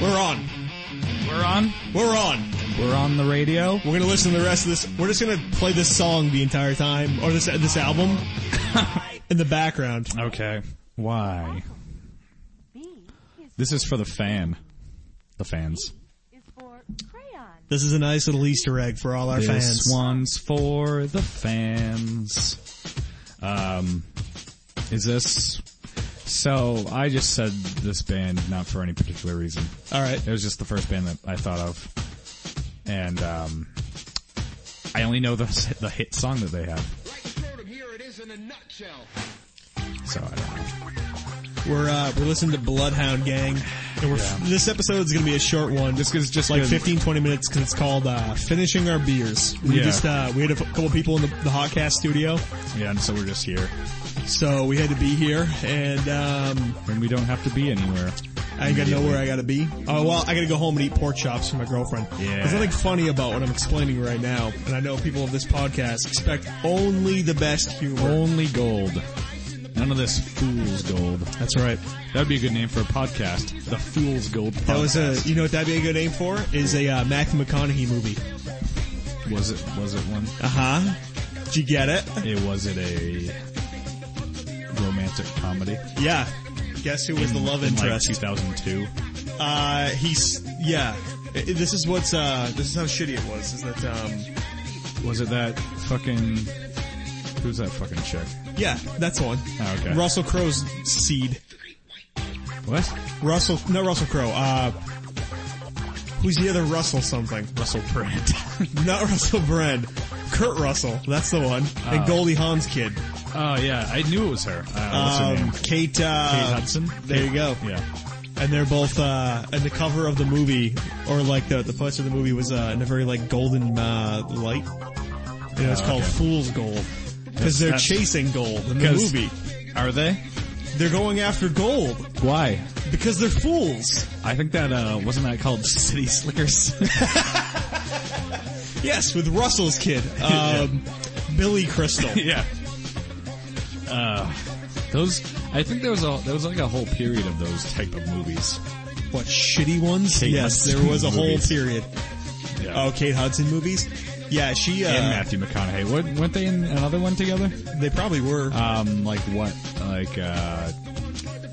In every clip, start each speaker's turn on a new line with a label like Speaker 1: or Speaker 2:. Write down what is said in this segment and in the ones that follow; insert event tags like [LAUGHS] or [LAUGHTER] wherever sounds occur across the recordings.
Speaker 1: We're on.
Speaker 2: We're on.
Speaker 1: We're on.
Speaker 2: We're on the radio.
Speaker 1: We're gonna listen to the rest of this. We're just gonna play this song the entire time, or this this
Speaker 2: [LAUGHS]
Speaker 1: album in the background.
Speaker 2: Okay. Why? This is for the fan. The fans.
Speaker 3: is for crayon.
Speaker 1: This is a nice little Easter egg for all our
Speaker 2: this
Speaker 1: fans.
Speaker 2: one's for the fans. Um, is this? So I just said this band not for any particular reason.
Speaker 1: All right.
Speaker 2: It was just the first band that I thought of, and um, I only know the the hit song that they have,
Speaker 4: Here it is in a nutshell.
Speaker 2: so I don't know.
Speaker 1: We're uh, we're listening to Bloodhound Gang, and we're
Speaker 2: Yeah.
Speaker 1: this episode is going to be a short one, just cause just like
Speaker 2: good.
Speaker 1: 15, 20 minutes, because it's called uh, finishing our beers. We
Speaker 2: Yeah.
Speaker 1: just uh, we had a f- couple people in the, the hotcast studio,
Speaker 2: Yeah, and so we're just here,
Speaker 1: so we had to be here, and um,
Speaker 2: and we don't have to be anywhere.
Speaker 1: I ain't got to know where I got to be. Oh well, I got to go home and eat pork chops for my girlfriend.
Speaker 2: Yeah.
Speaker 1: There's nothing funny about what I'm explaining right now, and I know people of this podcast expect only the best humor.
Speaker 2: Only gold. None of this fool's gold.
Speaker 1: That's right.
Speaker 2: That would be a good name for a podcast. The Fool's Gold Podcast.
Speaker 1: That was a, you know what that'd be a good name for? Is a uh, Matthew McConaughey movie.
Speaker 2: Was it? Was it one?
Speaker 1: Uh
Speaker 2: Uh-huh.
Speaker 1: huh. Did you get it?
Speaker 2: It was it a romantic comedy.
Speaker 1: Yeah. Guess who was the love
Speaker 2: in like
Speaker 1: interest?
Speaker 2: 2002.
Speaker 1: Uh, he's, yeah. I- I- This is what's, uh, this is how shitty it was, is that, um,
Speaker 2: Was it that fucking? Who's that fucking chick?
Speaker 1: yeah, that's the one.
Speaker 2: Oh, okay.
Speaker 1: Russell Crowe's seed.
Speaker 2: What?
Speaker 1: Russell, no Russell Crowe, uh, who's the other Russell something?
Speaker 2: Russell Brand.
Speaker 1: [LAUGHS] Not Russell Brand. Kurt Russell, that's the one. And Goldie Hawn's kid.
Speaker 2: oh yeah, I knew it was her. Uh, what's her
Speaker 1: Um,
Speaker 2: name?
Speaker 1: Kate, uh,
Speaker 2: Kate Hudson.
Speaker 1: There you go.
Speaker 2: Yeah.
Speaker 1: and they're both uh and the cover of the movie or like the the poster of the movie was uh in a very like golden uh light you know, it's
Speaker 2: Yeah,
Speaker 1: called
Speaker 2: Oh, okay.
Speaker 1: fool's gold because they're
Speaker 2: That's-
Speaker 1: chasing gold in the
Speaker 2: 'Cause-
Speaker 1: movie
Speaker 2: Are they?
Speaker 1: they're going after gold
Speaker 2: Why?
Speaker 1: because they're fools
Speaker 2: I think that uh wasn't that called City Slickers.
Speaker 1: [LAUGHS] yes with russell's kid um billy crystal
Speaker 2: [LAUGHS] yeah. Uh, those. I think there was a there was like a whole period of those type of movies.
Speaker 1: [LAUGHS] what shitty ones
Speaker 2: Kate
Speaker 1: yes
Speaker 2: Hudson
Speaker 1: there was a whole
Speaker 2: movies.
Speaker 1: period
Speaker 2: Yeah.
Speaker 1: oh kate hudson movies yeah she uh
Speaker 2: and Matthew McConaughey. What, weren't they in another one together?
Speaker 1: they probably were
Speaker 2: Um, like what? Like uh, what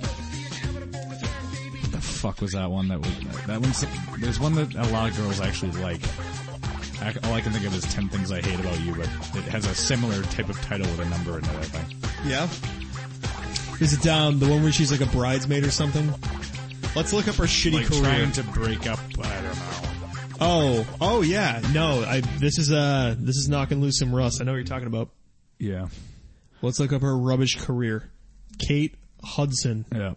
Speaker 2: the fuck was that one? That was that one's. There's one that a lot of girls actually like. I, all I can think of is Ten Things I Hate About You, but it has a similar type of title with a number in it. I think.
Speaker 1: Yeah. Is it um, the one where she's like a bridesmaid or something? Let's look up her shitty
Speaker 2: Like
Speaker 1: career.
Speaker 2: trying to break up. I don't know.
Speaker 1: oh, oh yeah, no, I, this is uh, this is knocking loose some rust. I know what you're talking about.
Speaker 2: Yeah.
Speaker 1: Let's look up her rubbish career. Kate Hudson.
Speaker 2: Yeah.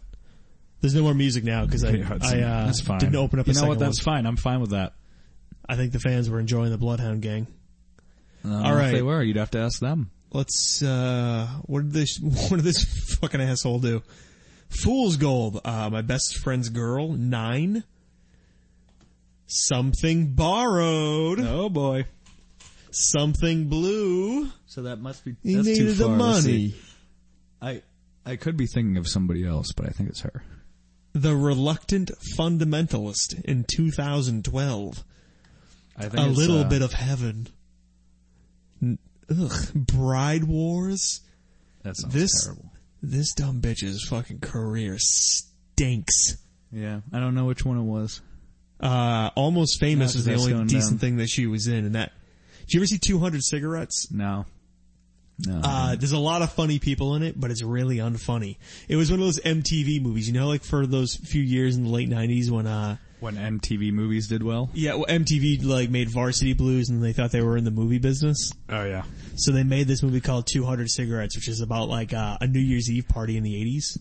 Speaker 1: There's no more music now because I,
Speaker 2: [LAUGHS] Kate Hudson.
Speaker 1: I uh,
Speaker 2: that's fine.
Speaker 1: didn't open up.
Speaker 2: You
Speaker 1: a
Speaker 2: know what?
Speaker 1: second
Speaker 2: That's fine. I'm fine with
Speaker 1: one.
Speaker 2: that.
Speaker 1: I think the fans were enjoying the Bloodhound Gang.
Speaker 2: All
Speaker 1: right.
Speaker 2: If they were. You'd have to ask them.
Speaker 1: Let's. uh What did this? [LAUGHS] What did this fucking asshole do? Fool's Gold. Uh, my best friend's girl. Nine. Something borrowed.
Speaker 2: Oh boy.
Speaker 1: Something blue.
Speaker 2: So that must be.
Speaker 1: He needed the money.
Speaker 2: I I could be thinking of somebody else, but I think it's her.
Speaker 1: The reluctant fundamentalist in 2012.
Speaker 2: I think
Speaker 1: A
Speaker 2: uh,
Speaker 1: little bit of heaven. N- Ugh. Bride Wars.
Speaker 2: that sounds
Speaker 1: This
Speaker 2: terrible.
Speaker 1: this dumb bitch's fucking career stinks.
Speaker 2: Yeah, I don't know which one it was.
Speaker 1: Uh, Almost Famous
Speaker 2: Not
Speaker 1: is the
Speaker 2: that's
Speaker 1: only
Speaker 2: going
Speaker 1: decent
Speaker 2: down.
Speaker 1: thing that she was in, and that. Did you ever see 200 Cigarettes?
Speaker 2: No, no.
Speaker 1: Uh, there's a lot of funny people in it, but it's really unfunny. It was one of those MTV movies, you know, like for those few years in the late 90s when, uh,
Speaker 2: when MTV movies did well.
Speaker 1: yeah, well, MTV like made Varsity Blues and they thought they were in the movie business.
Speaker 2: Oh yeah,
Speaker 1: So they made this movie called 200 Cigarettes, which is about like, uh, a New Year's Eve party in the 80s.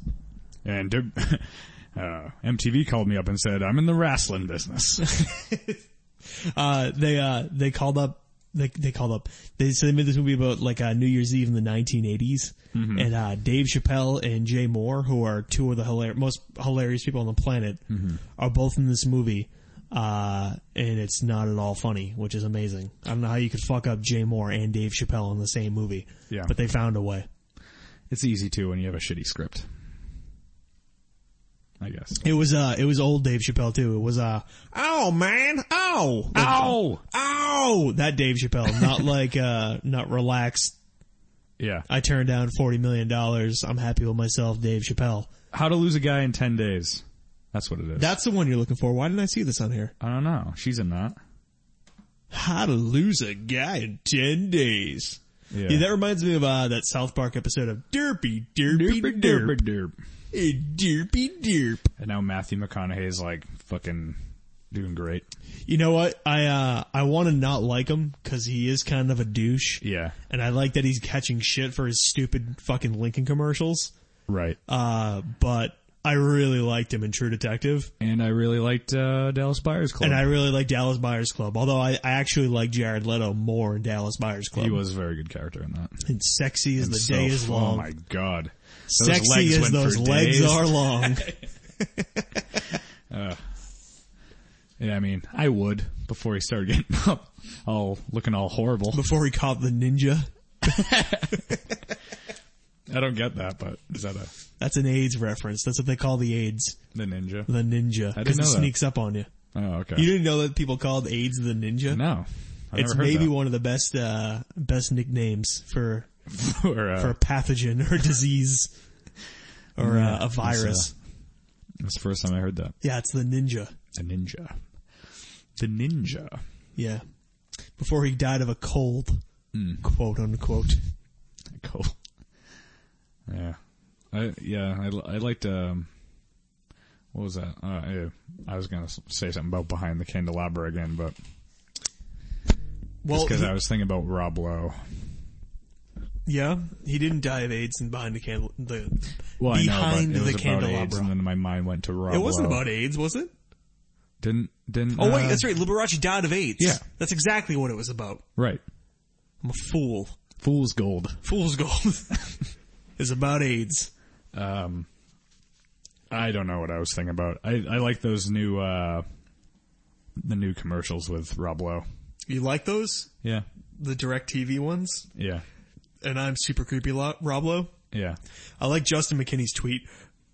Speaker 2: and [LAUGHS] uh, MTV called me up and said I'm in the wrestling [LAUGHS] business.
Speaker 1: Uh, they, uh, they called up, they, they called up, they, so they made this movie about like, uh, New Year's Eve in the 1980s. And, uh, Dave Chappelle and Jay Moore, who are two of the hilar- most hilarious people on the planet, are both in this movie. Uh, and it's not at all funny, which is amazing. I don't know how you could fuck up Jay Moore and Dave Chappelle in the same movie.
Speaker 2: Yeah.
Speaker 1: But they found a way.
Speaker 2: it's easy too when you have a shitty script. I guess.
Speaker 1: It was uh, it was old Dave Chappelle too. It was uh, oh man, oh, Like,
Speaker 2: Ow!
Speaker 1: oh, that Dave Chappelle, not [LAUGHS] like uh, not relaxed.
Speaker 2: Yeah.
Speaker 1: I turned down forty million dollars. I'm happy with myself, Dave Chappelle.
Speaker 2: How to lose a guy in 10 days. That's what it is.
Speaker 1: That's the one you're looking for. Why didn't I see this on here?
Speaker 2: I don't know. She's in that.
Speaker 1: How to lose a guy in ten days.
Speaker 2: Yeah.
Speaker 1: Yeah, that reminds me of uh, that South Park episode of Derpy Derpy Derp, derp,
Speaker 2: derp.
Speaker 1: eh, derpy derp.
Speaker 2: And now Matthew McConaughey's like fucking doing great.
Speaker 1: You know what? I uh, I want to not like him because he is kind of a douche.
Speaker 2: Yeah.
Speaker 1: and I like that he's catching shit for his stupid fucking Lincoln commercials.
Speaker 2: Right.
Speaker 1: Uh, but I really liked him in True Detective,
Speaker 2: and I really liked uh, Dallas Buyers Club.
Speaker 1: and I really like Dallas Buyers Club. Although I, I actually like Jared Leto more in Dallas Buyers Club.
Speaker 2: he was a very good character in that.
Speaker 1: and sexy as the
Speaker 2: So-
Speaker 1: day is
Speaker 2: Oh
Speaker 1: long.
Speaker 2: my god. Those
Speaker 1: sexy
Speaker 2: legs
Speaker 1: as
Speaker 2: went
Speaker 1: those
Speaker 2: for
Speaker 1: legs
Speaker 2: days.
Speaker 1: are
Speaker 2: [LAUGHS]
Speaker 1: long.
Speaker 2: Yeah, I mean, I would before he started getting [LAUGHS] up, all looking all horrible.
Speaker 1: Before he caught the ninja,
Speaker 2: I don't get that, but is that a
Speaker 1: that's an AIDS reference. That's what they call the AIDS,
Speaker 2: the ninja?
Speaker 1: the ninja,
Speaker 2: didn't
Speaker 1: because it
Speaker 2: know that.
Speaker 1: sneaks up on you.
Speaker 2: Oh, okay.
Speaker 1: You didn't know that people called AIDS the ninja?
Speaker 2: no, I
Speaker 1: It's
Speaker 2: never heard
Speaker 1: maybe
Speaker 2: that.
Speaker 1: one of the best, uh, best nicknames for
Speaker 2: [LAUGHS] or, uh,
Speaker 1: for a pathogen or [LAUGHS] disease or uh, a virus.
Speaker 2: it's, That's the first time I heard that.
Speaker 1: yeah, it's the ninja.
Speaker 2: The ninja. The ninja. [LAUGHS]
Speaker 1: Yeah. Before he died of a cold,
Speaker 2: Hmm.
Speaker 1: quote unquote.
Speaker 2: Cool. Yeah. I, yeah, I, li- I liked, um, what was that? Uh, yeah, I was gonna s- say something about Behind the Candelabra again, but
Speaker 1: Well,
Speaker 2: because
Speaker 1: he-
Speaker 2: I was thinking about Rob Lowe.
Speaker 1: yeah, he didn't die of AIDS and behind the candle. The,
Speaker 2: Well, I know,
Speaker 1: behind the
Speaker 2: but it was About AIDS,
Speaker 1: candelabra.
Speaker 2: and then my mind went to Rob
Speaker 1: it wasn't
Speaker 2: Lowe.
Speaker 1: about AIDS, was it?
Speaker 2: Didn't, didn't,
Speaker 1: Oh wait,
Speaker 2: uh,
Speaker 1: that's right. Liberace died of AIDS.
Speaker 2: Yeah.
Speaker 1: that's exactly what it was about.
Speaker 2: Right.
Speaker 1: I'm a fool.
Speaker 2: Fool's Gold.
Speaker 1: Fool's gold [LAUGHS] is about AIDS.
Speaker 2: I don't know what I was thinking about. I, I like those new, uh, the new commercials with Rob Lowe.
Speaker 1: You like those?
Speaker 2: Yeah.
Speaker 1: The direct TV ones?
Speaker 2: Yeah.
Speaker 1: And I'm super creepy, Lo- Roblo.
Speaker 2: Yeah.
Speaker 1: I like Justin McKinney's tweet.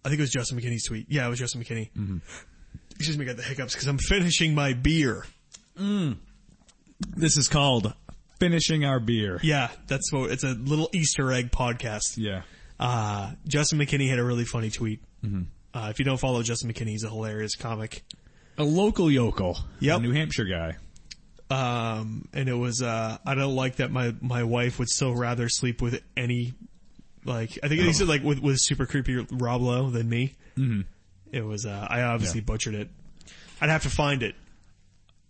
Speaker 1: I think it was Justin McKinney's tweet. Yeah, it was Justin McKinney. Excuse me, I got the hiccups because I'm finishing my beer.
Speaker 2: This is called Finishing Our Beer.
Speaker 1: Yeah, that's what it's a little Easter egg podcast.
Speaker 2: Yeah.
Speaker 1: Uh, Justin McKinney had a really funny tweet. Uh, if you don't follow Justin McKinney, he's a hilarious comic.
Speaker 2: A local yokel.
Speaker 1: Yep.
Speaker 2: A New Hampshire guy.
Speaker 1: Um, and it was, uh, I don't like that my, my wife would still rather sleep with any, like, I think he said like with, with super creepy Rob Lowe than me. It was, uh, I obviously butchered it. I'd have to find it.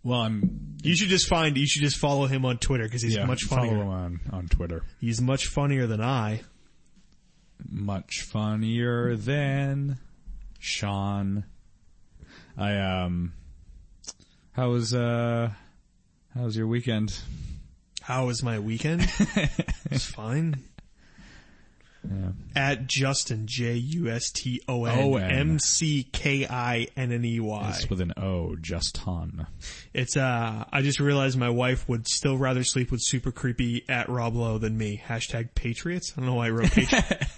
Speaker 2: Well, I'm
Speaker 1: You should just find. You should just follow him on Twitter because he's
Speaker 2: yeah,
Speaker 1: much
Speaker 2: follow
Speaker 1: funnier.
Speaker 2: him on on Twitter.
Speaker 1: He's much funnier than I.
Speaker 2: Much funnier than Sean. I um. How was uh? How was your weekend?
Speaker 1: How was my
Speaker 2: [LAUGHS]
Speaker 1: weekend? it's fine.
Speaker 2: Yeah.
Speaker 1: At Justin J U S T O N
Speaker 2: O-N.
Speaker 1: M C K I N N E Y.
Speaker 2: It's with an O, just ton.
Speaker 1: It's uh. I just realized my wife would still rather sleep with super creepy at Rob Lowe than me. Hashtag Patriots. I don't know why I wrote
Speaker 2: [LAUGHS]
Speaker 1: Patriots.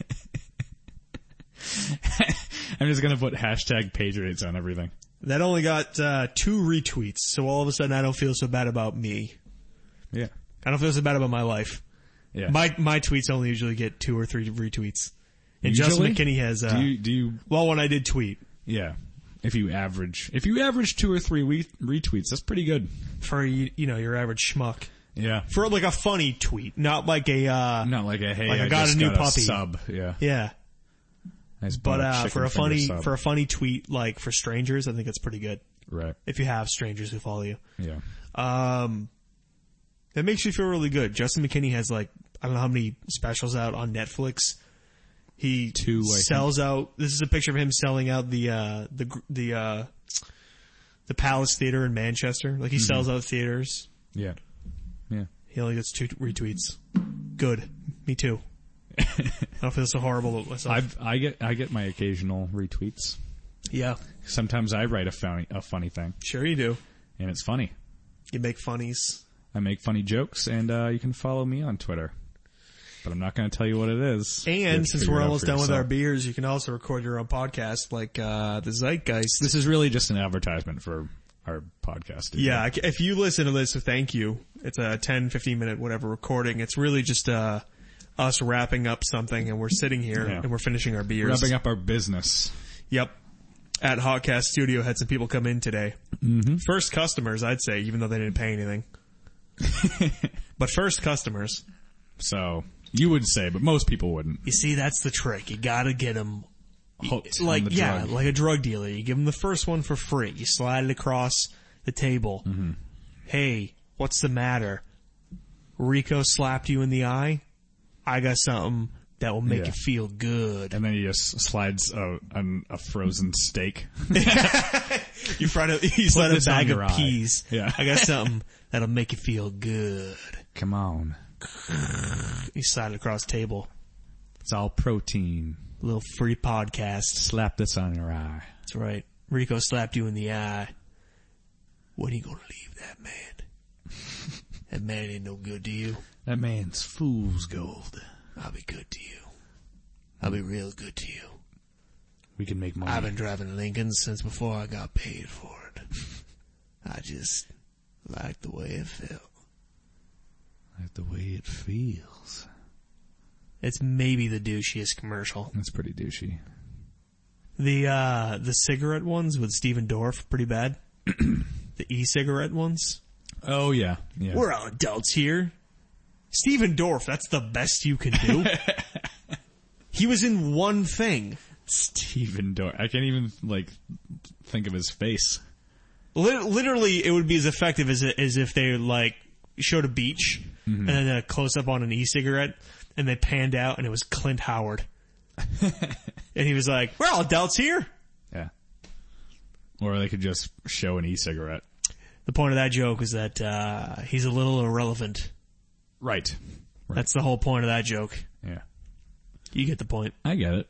Speaker 2: I'm just gonna put hashtag Patriots on everything.
Speaker 1: that only got uh, two retweets, so all of a sudden I don't feel so bad about me.
Speaker 2: Yeah.
Speaker 1: I don't feel so bad about my life.
Speaker 2: Yeah.
Speaker 1: My my tweets only usually get two or three retweets. And
Speaker 2: Usually?
Speaker 1: Justin McKinney has uh,
Speaker 2: do you do you
Speaker 1: well when I did tweet
Speaker 2: yeah. If you average, if you average two or three we- retweets, that's pretty good.
Speaker 1: for you, you know your average schmuck
Speaker 2: Yeah.
Speaker 1: for like a funny tweet, not like a uh
Speaker 2: Not like a hey,
Speaker 1: Like, I
Speaker 2: I,
Speaker 1: got
Speaker 2: just
Speaker 1: a new
Speaker 2: got
Speaker 1: puppy.
Speaker 2: sub. Yeah.
Speaker 1: yeah.
Speaker 2: Nice
Speaker 1: But
Speaker 2: boiled
Speaker 1: uh
Speaker 2: Oh, chicken
Speaker 1: for a
Speaker 2: finger
Speaker 1: funny
Speaker 2: sub.
Speaker 1: for a funny tweet like for strangers, I think it's pretty good
Speaker 2: right.
Speaker 1: if you have strangers who follow you.
Speaker 2: Yeah.
Speaker 1: Um, that makes you feel really good. Justin McKinney has like I don't know how many specials out on Netflix. He
Speaker 2: Two, I
Speaker 1: sells out. This is a picture of him selling out the uh, the gr- the uh, the Palace Theater in Manchester. Like
Speaker 2: Mm-hmm.
Speaker 1: he sells out theaters.
Speaker 2: Yeah. Yeah.
Speaker 1: He only gets two retweets. Good. Me
Speaker 2: [LAUGHS]
Speaker 1: too. I don't feel so horrible about myself.
Speaker 2: I've, I get I get my occasional retweets.
Speaker 1: yeah,
Speaker 2: Sometimes I write a funny a funny thing,
Speaker 1: sure you do.
Speaker 2: and it's funny.
Speaker 1: You make funnies.
Speaker 2: I make funny jokes, and uh, you can follow me on Twitter but I'm not going to tell you what it is. You have
Speaker 1: And
Speaker 2: to
Speaker 1: since
Speaker 2: figure
Speaker 1: we're
Speaker 2: it out
Speaker 1: almost
Speaker 2: for
Speaker 1: done with our
Speaker 2: yourself.
Speaker 1: beers, you can also record your own podcast like uh, the Zeitgeist.
Speaker 2: this is really just an advertisement for our podcast. dude.
Speaker 1: Yeah, I c- if you listen to this, thank you. It's a 10, 15 minute whatever recording. It's really just uh, us wrapping up something and we're sitting here
Speaker 2: Yeah.
Speaker 1: and we're finishing our beers.
Speaker 2: wrapping up our business.
Speaker 1: Yep. At Hotcast Studio had some people come in today.
Speaker 2: Mm-hmm.
Speaker 1: First customers, I'd say, even though they didn't pay
Speaker 2: [LAUGHS]
Speaker 1: anything. but first customers.
Speaker 2: So you would say, but most people wouldn't.
Speaker 1: You see, that's the trick. You gotta get them
Speaker 2: Hooked
Speaker 1: like
Speaker 2: on the
Speaker 1: yeah,
Speaker 2: drug.
Speaker 1: like a drug dealer. You give them the first one for free. You slide it across the table.
Speaker 2: Mm-hmm.
Speaker 1: Hey, what's the matter? Rico slapped you in the eye. I got something that will make
Speaker 2: Yeah.
Speaker 1: you feel good.
Speaker 2: and then he just slides a, an, a frozen steak.
Speaker 1: You fried
Speaker 2: [LAUGHS]
Speaker 1: a you slide a
Speaker 2: this on
Speaker 1: bag of
Speaker 2: your eye.
Speaker 1: peas.
Speaker 2: Yeah.
Speaker 1: I
Speaker 2: [LAUGHS]
Speaker 1: got something that'll make you feel good.
Speaker 2: Come on,
Speaker 1: You slide it across the table.
Speaker 2: it's all protein.
Speaker 1: Little free podcast.
Speaker 2: Slap this on your eye.
Speaker 1: That's right. Rico slapped you in the eye. When you gonna leave that man?
Speaker 2: [LAUGHS]
Speaker 1: that man ain't no good to you.
Speaker 2: That man's fool's gold.
Speaker 1: I'll be good to you. I'll be real good to you.
Speaker 2: We can make money.
Speaker 1: I've been driving Lincolns since before I got paid for it. I just liked the way it felt.
Speaker 2: like the way it feels.
Speaker 1: It's maybe the douchiest commercial.
Speaker 2: That's pretty douchey.
Speaker 1: The uh the cigarette ones with Steven Dorff pretty bad. [CLEARS THROAT] the e-cigarette ones.
Speaker 2: Oh yeah, yeah.
Speaker 1: We're all adults here. Steven Dorff, that's the best you can [LAUGHS] do. he was in one thing.
Speaker 2: Steven Dorff. I can't even like think of his face.
Speaker 1: Lit literally, it would be as effective as as if they like showed a beach and then a close up on an e-cigarette, and they panned out, and it was Clint Howard, and he was like, "We're all adults here."
Speaker 2: Yeah. Or they could just show an e-cigarette.
Speaker 1: The point of that joke is that uh, he's a little irrelevant.
Speaker 2: Right.
Speaker 1: That's the whole point of that joke.
Speaker 2: Yeah.
Speaker 1: You get the point.
Speaker 2: I get it.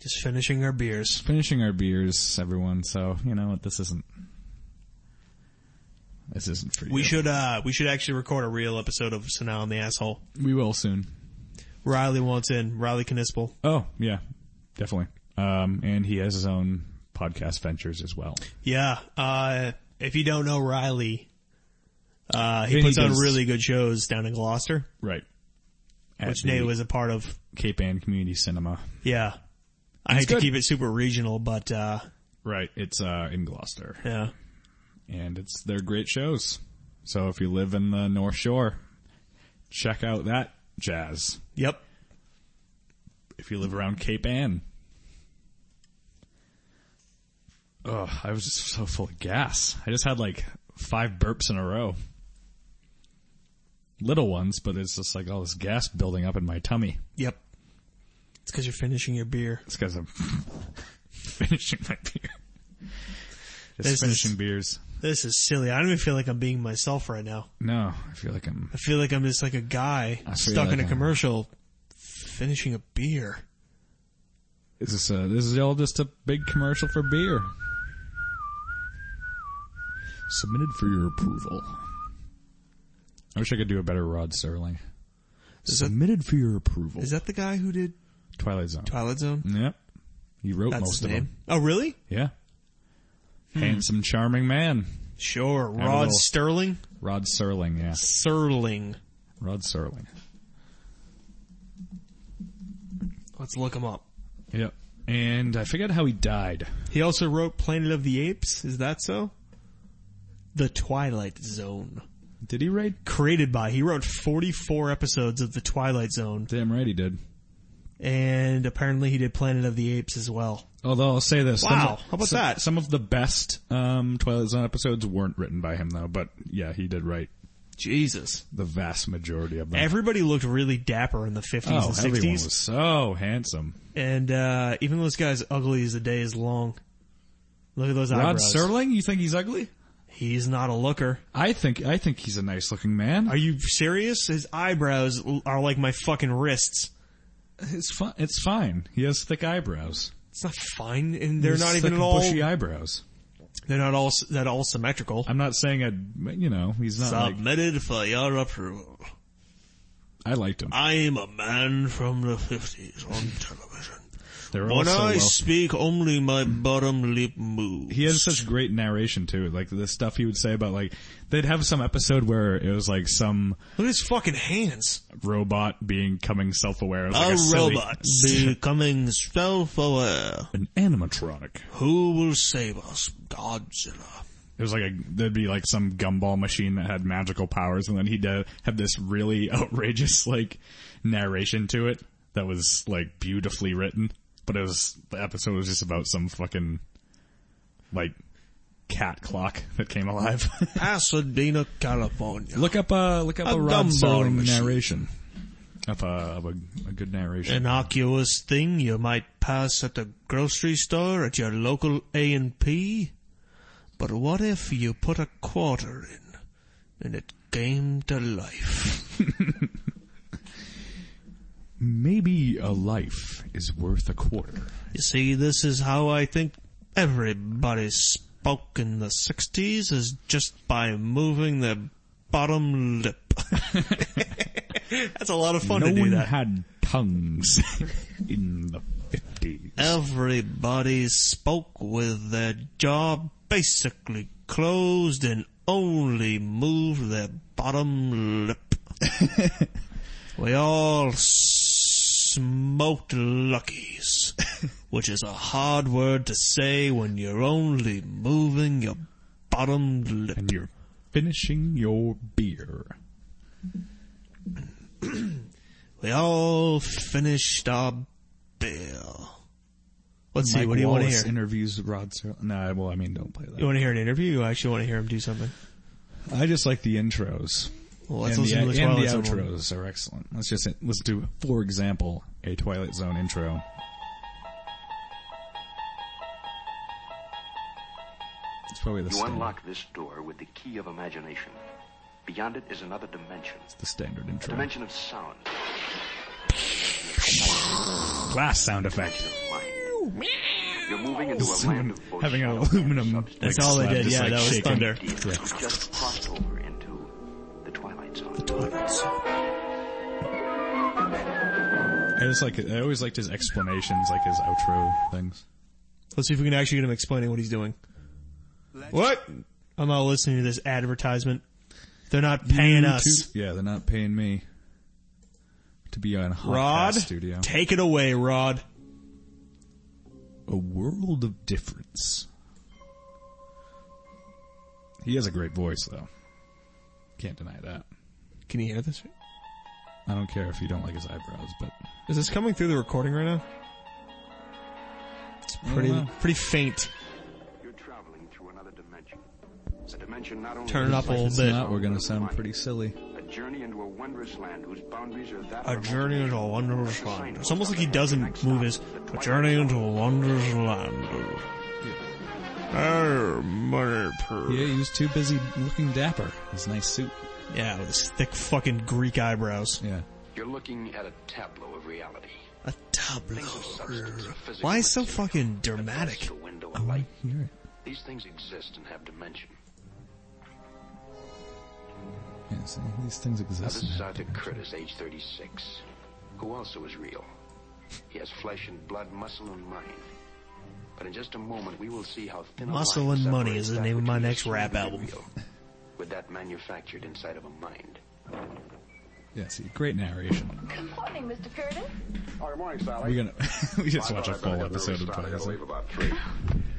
Speaker 1: Just finishing our beers.
Speaker 2: Finishing our beers, everyone. So you know what? This isn't. This isn't for you.
Speaker 1: We should uh we should actually record a real episode of So Now I'm the Asshole.
Speaker 2: We will soon.
Speaker 1: Riley wants in. Riley Knispel.
Speaker 2: Oh yeah, definitely. Um, and he has his own podcast ventures as well.
Speaker 1: Yeah. Uh if you don't know Riley, uh he
Speaker 2: Vinny
Speaker 1: puts on
Speaker 2: does-
Speaker 1: really good shows down in Gloucester,
Speaker 2: Right. At
Speaker 1: which
Speaker 2: the
Speaker 1: Nate was a part of.
Speaker 2: Cape Ann Community Cinema.
Speaker 1: Yeah. I hate to
Speaker 2: good.
Speaker 1: keep it super regional, but uh
Speaker 2: Right. It's uh in Gloucester,
Speaker 1: yeah.
Speaker 2: and it's they're great shows. So if you live in the North Shore, check out that jazz.
Speaker 1: Yep.
Speaker 2: If you live around Cape Ann. Oh, I was just so full of gas. I just had like five burps in a row. Little ones, but it's just like all this gas building up in my tummy.
Speaker 1: Yep. It's cause you're finishing your beer.
Speaker 2: It's because I'm [LAUGHS] finishing my beer. Just
Speaker 1: This is-
Speaker 2: finishing beers.
Speaker 1: This is silly. I don't even feel like I'm being myself right now.
Speaker 2: No, I feel like I'm.
Speaker 1: I feel like I'm just like a guy
Speaker 2: I feel
Speaker 1: stuck in
Speaker 2: like
Speaker 1: a
Speaker 2: I'm-
Speaker 1: commercial finishing a beer.
Speaker 2: This is uh this is all just a big commercial for beer. Submitted for your approval. I wish I could do a better Rod Serling.
Speaker 1: Is that-
Speaker 2: Submitted for your approval.
Speaker 1: Is that the guy who did
Speaker 2: Twilight Zone?
Speaker 1: Twilight Zone?
Speaker 2: yep. He wrote
Speaker 1: That's
Speaker 2: most
Speaker 1: his
Speaker 2: of
Speaker 1: name. Hmm.
Speaker 2: them.
Speaker 1: Oh, really?
Speaker 2: Yeah. Handsome, charming man.
Speaker 1: Sure.
Speaker 2: a
Speaker 1: Rod
Speaker 2: little-
Speaker 1: Sterling?
Speaker 2: Rod Serling, yeah.
Speaker 1: Serling.
Speaker 2: Rod Serling.
Speaker 1: Let's look him up.
Speaker 2: Yep. And I forget how he died.
Speaker 1: He also wrote Planet of the Apes. Is that so? The Twilight Zone.
Speaker 2: Did he write?
Speaker 1: Created by, he wrote 44 episodes of The Twilight Zone,
Speaker 2: Damn right he did.
Speaker 1: and apparently he did Planet of the Apes as well.
Speaker 2: Although I'll say this.
Speaker 1: Wow,
Speaker 2: some,
Speaker 1: how about
Speaker 2: some-
Speaker 1: that?
Speaker 2: Some of the best um, Twilight Zone episodes weren't written by him though, but yeah, he did write
Speaker 1: Jesus.
Speaker 2: the vast majority of them.
Speaker 1: Everybody looked really dapper in the 50s
Speaker 2: oh,
Speaker 1: and
Speaker 2: everyone
Speaker 1: 60s.
Speaker 2: was so handsome.
Speaker 1: And, uh, even though this guy's ugly as the day is long. Look at those
Speaker 2: Rod
Speaker 1: eyebrows.
Speaker 2: Serling, you think he's ugly?
Speaker 1: He's not a looker.
Speaker 2: I think I think he's a nice looking man.
Speaker 1: Are you serious? His eyebrows l- are like my fucking wrists.
Speaker 2: It's fine. It's fine. He has thick eyebrows.
Speaker 1: It's not fine, and they're
Speaker 2: He's
Speaker 1: not
Speaker 2: thick,
Speaker 1: even at all.
Speaker 2: bushy eyebrows.
Speaker 1: They're not all s- that all symmetrical.
Speaker 2: I'm not saying I, you know, he's not like
Speaker 1: Submitted for your approval.
Speaker 2: I liked them.
Speaker 1: I am a man from the 50s on television.
Speaker 2: They were all so well.
Speaker 1: speak, only my bottom lip moves.
Speaker 2: He has such great narration too. Like the stuff he would say about like they'd have some episode where it was like some
Speaker 1: Look at his fucking hands.
Speaker 2: robot being coming self-aware. It was,
Speaker 1: a,
Speaker 2: like a silly-
Speaker 1: robot becoming self-aware.
Speaker 2: an animatronic.
Speaker 1: Who will save us, Godzilla?
Speaker 2: It was like a, there'd be like some gumball machine that had magical powers and then he'd uh, have this really [LAUGHS] outrageous like narration to it that was like beautifully written. But it was, the episode was just about some fucking like cat clock that came alive. [LAUGHS]
Speaker 1: Pasadena, California.
Speaker 2: look up a, look up
Speaker 1: A
Speaker 2: a, Rod
Speaker 1: gumball
Speaker 2: Serling
Speaker 1: machine.
Speaker 2: narration. Up a, of a, a good narration.
Speaker 1: Innocuous thing you might pass at the grocery store at your local A&P. But what if you put a quarter in and it came to life?
Speaker 2: Maybe a life is worth a quarter.
Speaker 1: You see, this is how I think everybody spoke in the 60s is just by moving their bottom lip. [LAUGHS] That's a lot of fun
Speaker 2: no
Speaker 1: to do
Speaker 2: one
Speaker 1: that.
Speaker 2: had tongues [LAUGHS] in the 50s.
Speaker 1: Everybody spoke with their jaw basically closed and only moved their bottom
Speaker 2: [LAUGHS]
Speaker 1: lip. we all smoked luckies, which is a hard word to say when you're only moving your bottom lip.
Speaker 2: and you're finishing your beer.
Speaker 1: We all finished our beer. Let's see,
Speaker 2: Mike
Speaker 1: what do you want to
Speaker 2: Wallace
Speaker 1: hear?
Speaker 2: interviews Rod Serling. No, well, I mean, don't play
Speaker 1: you
Speaker 2: that.
Speaker 1: want to hear an interview? You actually want to hear him do something?
Speaker 2: I just like the intros.
Speaker 1: Well, let's
Speaker 2: and the,
Speaker 1: listen to the
Speaker 2: and the
Speaker 1: Twilight Zone one.
Speaker 2: outros are excellent. Let's just, let's do, for example, a Twilight Zone intro. It's probably the
Speaker 5: You
Speaker 2: standard,
Speaker 5: unlock this door with the key of imagination. Beyond it is another dimension.
Speaker 2: the standard
Speaker 5: A
Speaker 2: intro.
Speaker 5: dimension of sound.
Speaker 2: Glass sound effect.
Speaker 5: Dimension of mind. You're moving into a land of both
Speaker 2: Having an
Speaker 5: shadow and
Speaker 2: aluminum.
Speaker 5: substance.
Speaker 1: That's
Speaker 2: like,
Speaker 1: all they
Speaker 2: slab
Speaker 1: did,
Speaker 2: just,
Speaker 1: yeah,
Speaker 2: like,
Speaker 1: that was
Speaker 2: shaking.
Speaker 1: thunder.
Speaker 5: You just crossed over into the Twilight Zone.
Speaker 2: I just like I always liked his explanations, like his outro things.
Speaker 1: Let's see if we can actually get him explaining what he's doing. What? I'm not listening to this advertisement. They're not paying us.
Speaker 2: Yeah, they're not paying me to be on Hot
Speaker 1: Rod,
Speaker 2: Cast Studio.
Speaker 1: take it away, Rod.
Speaker 2: a world of difference. He has a great voice, though. Can't deny that.
Speaker 1: Can you hear this?
Speaker 2: I don't care if you don't like his eyebrows, but
Speaker 1: Is this coming through the recording right now? It's
Speaker 2: don't
Speaker 1: pretty,
Speaker 2: know.
Speaker 1: pretty faint.
Speaker 5: You're traveling through another dimension. A dimension not only
Speaker 1: Turn it up a little
Speaker 5: reflects
Speaker 1: bit.
Speaker 2: not. We're gonna sound pretty silly.
Speaker 5: A journey into a wondrous land whose boundaries are that
Speaker 1: A
Speaker 5: of
Speaker 1: journey into a wondrous land. It's almost like he doesn't move his. A journey into a wondrous land. Arr, money per-
Speaker 2: Yeah, he was too busy looking dapper. His nice suit.
Speaker 1: Yeah, with his thick fucking Greek eyebrows.
Speaker 2: Yeah.
Speaker 5: You're looking at a tableau of reality.
Speaker 1: A tableau.
Speaker 5: Things of substance, of physical
Speaker 1: Why so
Speaker 5: material,
Speaker 1: fucking
Speaker 5: a
Speaker 1: dramatic?
Speaker 5: crystal window
Speaker 2: I
Speaker 1: Oh.
Speaker 5: of light.
Speaker 2: want to hear it.
Speaker 5: These things exist and have dimension.
Speaker 2: Yeah, see, these things
Speaker 5: Now,
Speaker 2: exist.
Speaker 5: this
Speaker 2: in
Speaker 5: is
Speaker 2: our
Speaker 5: Arthur
Speaker 2: dimension.
Speaker 5: Curtis, age 36, who also is real. He has flesh and blood, muscle and mind. But in just a moment, we will see how thin a
Speaker 1: Muscle
Speaker 5: line
Speaker 1: and
Speaker 5: separates
Speaker 1: Money is the
Speaker 5: that
Speaker 1: name of
Speaker 5: which
Speaker 1: my
Speaker 5: we
Speaker 1: next
Speaker 5: assume
Speaker 1: rap
Speaker 5: to be
Speaker 1: album.
Speaker 5: real With that manufactured inside of a mind.
Speaker 2: Yeah, see, great narration.
Speaker 3: Good morning, Mr. Curtis.
Speaker 6: Hi, good morning, Sally.
Speaker 2: We're gonna [LAUGHS] we just
Speaker 6: Well,
Speaker 2: watch
Speaker 6: I
Speaker 2: a
Speaker 6: thought I'd
Speaker 2: full
Speaker 6: better get
Speaker 2: episode
Speaker 6: really
Speaker 2: of
Speaker 6: started.
Speaker 2: Twilight
Speaker 6: I'll
Speaker 2: Zone.
Speaker 6: leave about three.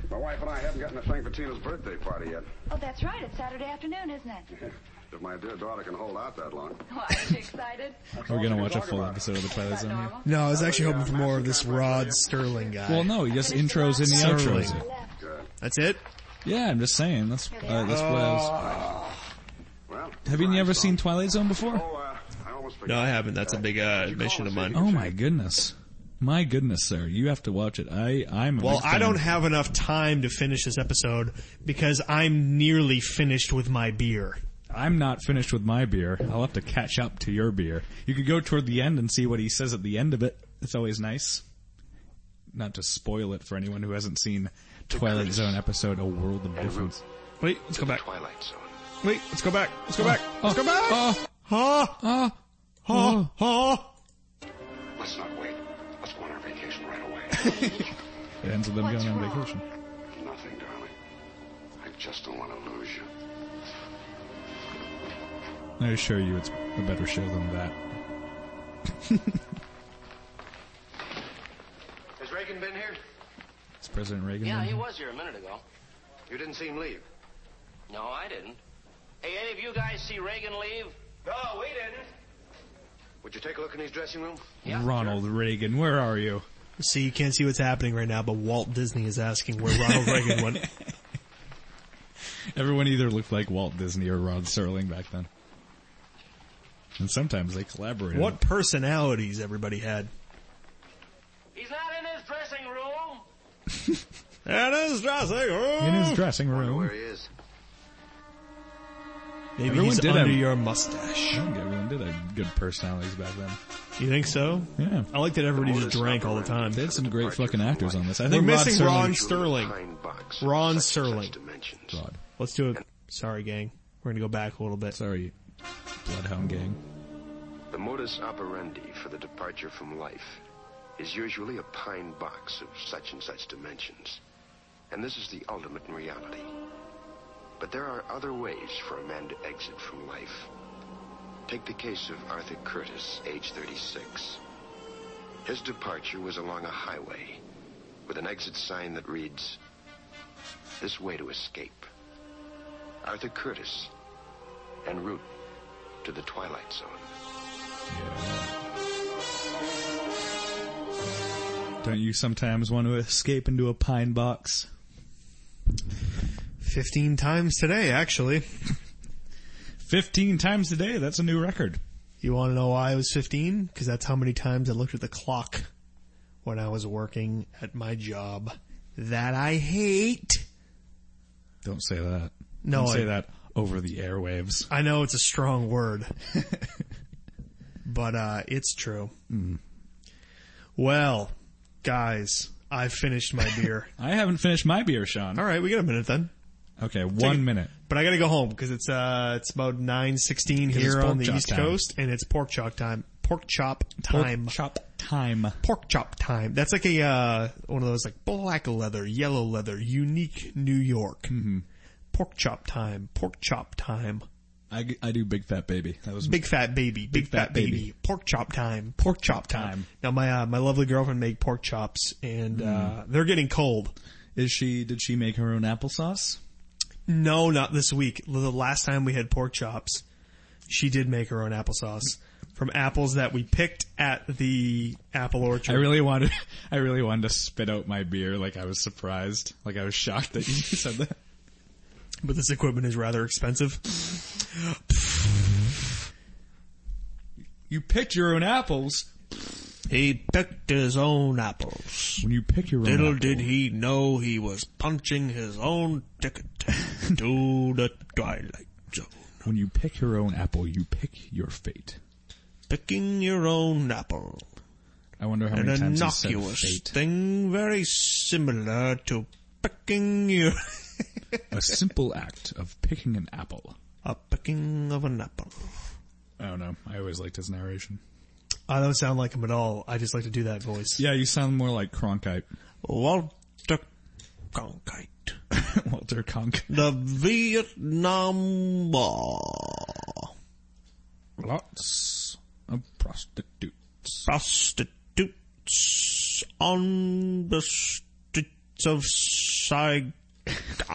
Speaker 6: My wife and I haven't gotten to Frank Bettina's birthday party yet.
Speaker 3: Oh, that's right. It's Saturday afternoon, isn't it?
Speaker 6: If my dear daughter can hold out that long.
Speaker 3: Why, are you excited?
Speaker 2: We're gonna
Speaker 6: We're
Speaker 2: watch a
Speaker 6: talking
Speaker 2: full
Speaker 6: about it.
Speaker 2: episode of the Twilight
Speaker 3: Is that
Speaker 2: Zone. here.
Speaker 3: normal?
Speaker 1: No, I was actually hoping for
Speaker 6: yeah,
Speaker 1: more of this
Speaker 6: I'm actually
Speaker 1: Rod
Speaker 6: trying to-
Speaker 1: Sterling guy.
Speaker 2: Well, no, he just intros in the
Speaker 1: Certainly.
Speaker 2: outros.
Speaker 6: Good.
Speaker 1: That's it?
Speaker 2: Yeah, I'm just saying. That's uh, that's what I was.
Speaker 6: Well,
Speaker 2: Have you
Speaker 6: Brian
Speaker 2: ever
Speaker 6: Song.
Speaker 2: seen Twilight Zone before?
Speaker 6: Uh, Oh, uh, I almost forgot.
Speaker 1: No, I haven't. That's a big uh, admission of mine.
Speaker 2: Oh my goodness, my goodness, sir, you have to watch it. I I'm. A
Speaker 1: Well,
Speaker 2: big
Speaker 1: I
Speaker 2: fan.
Speaker 1: don't have enough time to finish this episode because I'm nearly finished with my beer.
Speaker 2: I'm not finished with my beer. I'll have to catch up to your beer. You could go toward the end and see what he says at the end of it. It's always nice. Not to spoil it for anyone who hasn't seen Twilight Zone episode A World of Difference.
Speaker 1: Wait, let's go back.
Speaker 5: Twilight Zone.
Speaker 2: Oh,
Speaker 1: Wait, let's go back. Let's go back.
Speaker 2: Let's go back.
Speaker 1: Huh?
Speaker 2: Ah.
Speaker 1: ha, ha.
Speaker 6: Let's not wait. Let's go on our vacation right
Speaker 1: [LAUGHS]
Speaker 6: away.
Speaker 2: It ends with them
Speaker 3: What's
Speaker 2: going on
Speaker 3: wrong?
Speaker 2: vacation.
Speaker 6: Nothing, darling. I just don't want to lose you.
Speaker 2: I assure you, it's a better show than that.
Speaker 5: Has Reagan been here?
Speaker 2: It's President Reagan.
Speaker 7: Yeah,
Speaker 2: in
Speaker 7: he
Speaker 2: here?
Speaker 7: was here a minute ago.
Speaker 5: You didn't see him leave.
Speaker 7: No, I didn't. Hey, any of you guys see Reagan leave?
Speaker 5: No, we didn't. Would you take a look in his dressing room?
Speaker 7: Yeah,
Speaker 2: Ronald Reagan, where are you?
Speaker 1: See, you can't see what's happening right now, but Walt Disney is asking where Ronald Reagan went.
Speaker 2: Everyone either looked like Walt Disney or Rod Serling back then. And sometimes they collaborated.
Speaker 1: [LAUGHS] What personalities everybody had.
Speaker 7: He's not in his dressing room.
Speaker 1: And his dressing
Speaker 2: In his dressing
Speaker 5: Wonder where
Speaker 2: room.
Speaker 5: he is.
Speaker 1: Maybe
Speaker 2: Everyone
Speaker 1: he's
Speaker 2: did
Speaker 1: under
Speaker 2: have-
Speaker 1: your mustache.
Speaker 2: I think everyone did have good personalities back then.
Speaker 1: You think so?
Speaker 2: Yeah.
Speaker 1: I like that everybody just drank all the time.
Speaker 2: They had some great fucking actors on this. I
Speaker 1: We're
Speaker 2: think Rod
Speaker 1: missing Ron
Speaker 2: Serling,
Speaker 1: Sterling.
Speaker 5: Pine box.
Speaker 1: Ron
Speaker 5: such and
Speaker 1: Serling.
Speaker 5: Such dimensions.
Speaker 2: Rod.
Speaker 1: Let's do it. Sorry, gang. We're gonna go back a little bit.
Speaker 2: Sorry, Bloodhound Gang.
Speaker 5: The modus operandi for the departure from life is usually a pine box of such and such dimensions. And this is the ultimate in reality. But there are other ways for a man to exit from life. Take the case of Arthur Curtis, age 36. His departure was along a highway with an exit sign that reads, This way to escape. Arthur Curtis, en route to the Twilight Zone.
Speaker 2: Don't you sometimes want to escape into a pine box?
Speaker 1: Fifteen times today, actually.
Speaker 2: Fifteen times a day. That's a new record.
Speaker 1: You want to know why I was 15? Because that's how many times I looked at the clock when I was working at my job that I hate.
Speaker 2: Don't say that.
Speaker 1: No,
Speaker 2: Don't say
Speaker 1: I-
Speaker 2: that over the airwaves.
Speaker 1: I know it's a strong
Speaker 2: [LAUGHS]
Speaker 1: word, but uh, it's true.
Speaker 2: Mm.
Speaker 1: Well, guys, I finished my
Speaker 2: [LAUGHS]
Speaker 1: beer.
Speaker 2: I haven't finished my beer, Sean.
Speaker 1: All right, we got a minute then.
Speaker 2: Okay, one
Speaker 1: it.
Speaker 2: minute.
Speaker 1: But I gotta go home because it's uh it's about nine sixteen
Speaker 2: it's
Speaker 1: here
Speaker 2: pork
Speaker 1: on the
Speaker 2: chop
Speaker 1: East
Speaker 2: time.
Speaker 1: Coast, and it's pork chop time. Pork chop
Speaker 2: Pork
Speaker 1: time.
Speaker 2: chop time.
Speaker 1: pork chop time. That's like a uh, one of those like black leather, yellow leather, unique New York. Pork chop time. Pork chop time.
Speaker 2: I, g- I do big fat baby. That was
Speaker 1: Big fat baby. Big, fat,
Speaker 2: fat
Speaker 1: baby.
Speaker 2: baby.
Speaker 1: Pork chop time. Pork chop time.
Speaker 2: time.
Speaker 1: Now my uh, my lovely girlfriend made pork chops and uh, they're getting cold.
Speaker 2: Is she? Did she make her own applesauce?
Speaker 1: No, not this week. The last time we had pork chops, she did make her own applesauce from apples that we picked at the apple orchard.
Speaker 2: I really wanted. [LAUGHS] I really wanted to spit out my beer. Like I was surprised. Like I was shocked that you [LAUGHS] said that.
Speaker 1: but this equipment is rather expensive.
Speaker 2: You picked your own apples.
Speaker 1: He picked his own apples.
Speaker 2: When you pick your own,
Speaker 1: Little
Speaker 2: apple,
Speaker 1: did he know he was punching his own [LAUGHS] ticket to the twilight zone.
Speaker 2: When you pick your own apple, you pick your fate.
Speaker 1: Picking your own apple,
Speaker 2: I wonder how
Speaker 1: an
Speaker 2: many times he said
Speaker 1: innocuous
Speaker 2: fate.
Speaker 1: thing very similar to picking your [LAUGHS]
Speaker 2: A simple act of picking an apple.
Speaker 1: a picking of an apple.
Speaker 2: I don't know. I always liked his narration.
Speaker 1: I don't sound like him at all. I just like to do that voice.
Speaker 2: Yeah, you sound more like Cronkite. [LAUGHS]
Speaker 1: Walter Cronkite,
Speaker 2: Walter Conk.
Speaker 1: the Vietnam War
Speaker 2: Lots of prostitutes.
Speaker 1: prostitutes on the streets of Saigon. [LAUGHS] it's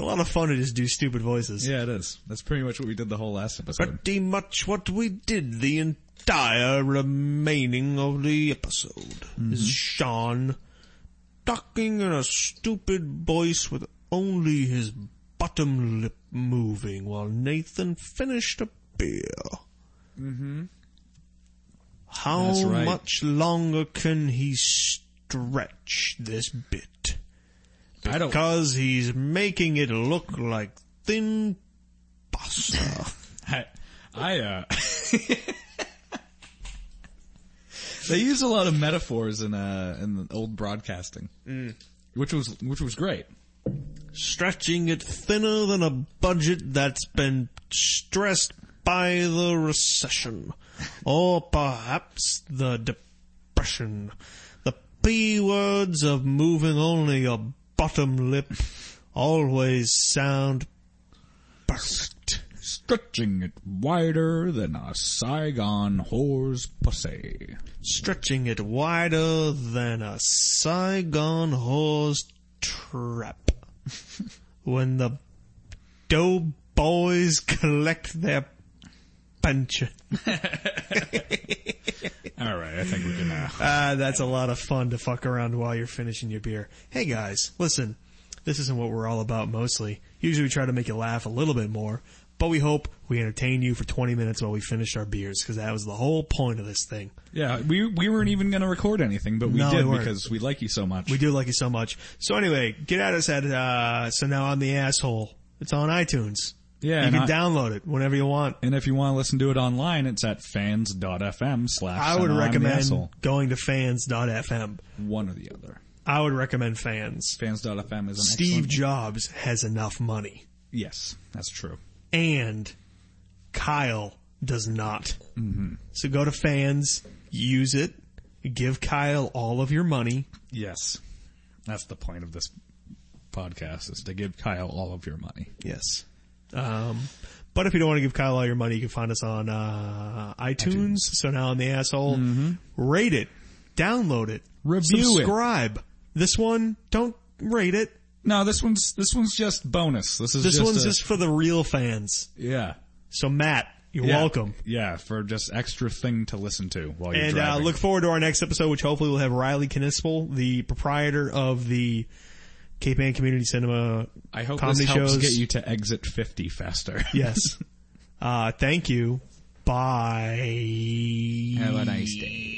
Speaker 1: a lot of fun to just do stupid voices.
Speaker 2: Yeah, it is. That's pretty much what we did the whole last episode.
Speaker 1: Pretty much what we did the entire remaining of the episode
Speaker 2: Mm-hmm.
Speaker 1: is Sean talking in a stupid voice with only his bottom lip moving while Nathan finished a beer. Mm-hmm. How
Speaker 2: That's right.
Speaker 1: much longer can he stretch this bit?
Speaker 2: I don't.
Speaker 1: Because he's making it look like thin pasta.
Speaker 2: [LAUGHS] I, I uh. [LAUGHS] they use a lot of metaphors in uh in the old broadcasting,
Speaker 1: Mm.
Speaker 2: which was which was great.
Speaker 1: stretching it thinner than a budget that's been stressed by the recession, or perhaps the depression. The P words of moving only your bottom lip always sound perfect.
Speaker 2: Stretching it wider than a Saigon whore's pussy.
Speaker 1: Stretching it wider than a Saigon whore's trap. when the dough boys collect their pension.
Speaker 2: Alright, I think we can, uh,
Speaker 1: Ah, that's a lot of fun to fuck around while you're finishing your beer. Hey guys, listen, this isn't what we're all about mostly. Usually we try to make you laugh a little bit more, but we hope we entertain you for 20 minutes while we finish our beers, because that was the whole point of this thing.
Speaker 2: [LAUGHS] yeah, we, we weren't even gonna record anything, but we
Speaker 1: No, we
Speaker 2: did
Speaker 1: weren't.
Speaker 2: because we like you so much.
Speaker 1: We do like you so much. So anyway, get at us at, uh, so now I'm the asshole. It's on iTunes.
Speaker 2: Yeah,
Speaker 1: You
Speaker 2: and
Speaker 1: can
Speaker 2: I-
Speaker 1: download it whenever you want.
Speaker 2: and if you want to listen to it online, it's at fans.fm slash
Speaker 1: I would
Speaker 2: Saigon
Speaker 1: recommend
Speaker 2: Asshole.
Speaker 1: going to fans.fm.
Speaker 2: one or the other.
Speaker 1: I would recommend fans.
Speaker 2: Fans.fm is an
Speaker 1: Steve
Speaker 2: excellent-
Speaker 1: Jobs has enough money.
Speaker 2: Yes, that's true.
Speaker 1: and Kyle does not.
Speaker 2: Mm-hmm.
Speaker 1: So go to fans, use it, give Kyle all of your money.
Speaker 2: Yes. That's the point of this podcast is to give Kyle all of your money.
Speaker 1: Yes. Um, but if you don't want to give Kyle all your money, you can find us on uh, iTunes, So now on the asshole, rate it, download it,
Speaker 2: Mm-hmm. Review it.
Speaker 1: subscribe. This one, don't rate it.
Speaker 2: No, this one's this one's just bonus. This is
Speaker 1: This
Speaker 2: just
Speaker 1: one's
Speaker 2: a-
Speaker 1: just for the real fans.
Speaker 2: yeah.
Speaker 1: So Matt, you're
Speaker 2: Yeah.
Speaker 1: welcome.
Speaker 2: Yeah, for just extra thing to listen to while you're
Speaker 1: And uh,
Speaker 2: driving.
Speaker 1: look forward to our next episode, which hopefully will have Riley Knispel, the proprietor of the Cape Ann Community Cinema.
Speaker 2: I hope
Speaker 1: comedy
Speaker 2: this helps
Speaker 1: shows.
Speaker 2: get you to exit 50 faster.
Speaker 1: Yes. uh, thank you. Bye.
Speaker 2: [LAUGHS] Have a nice day.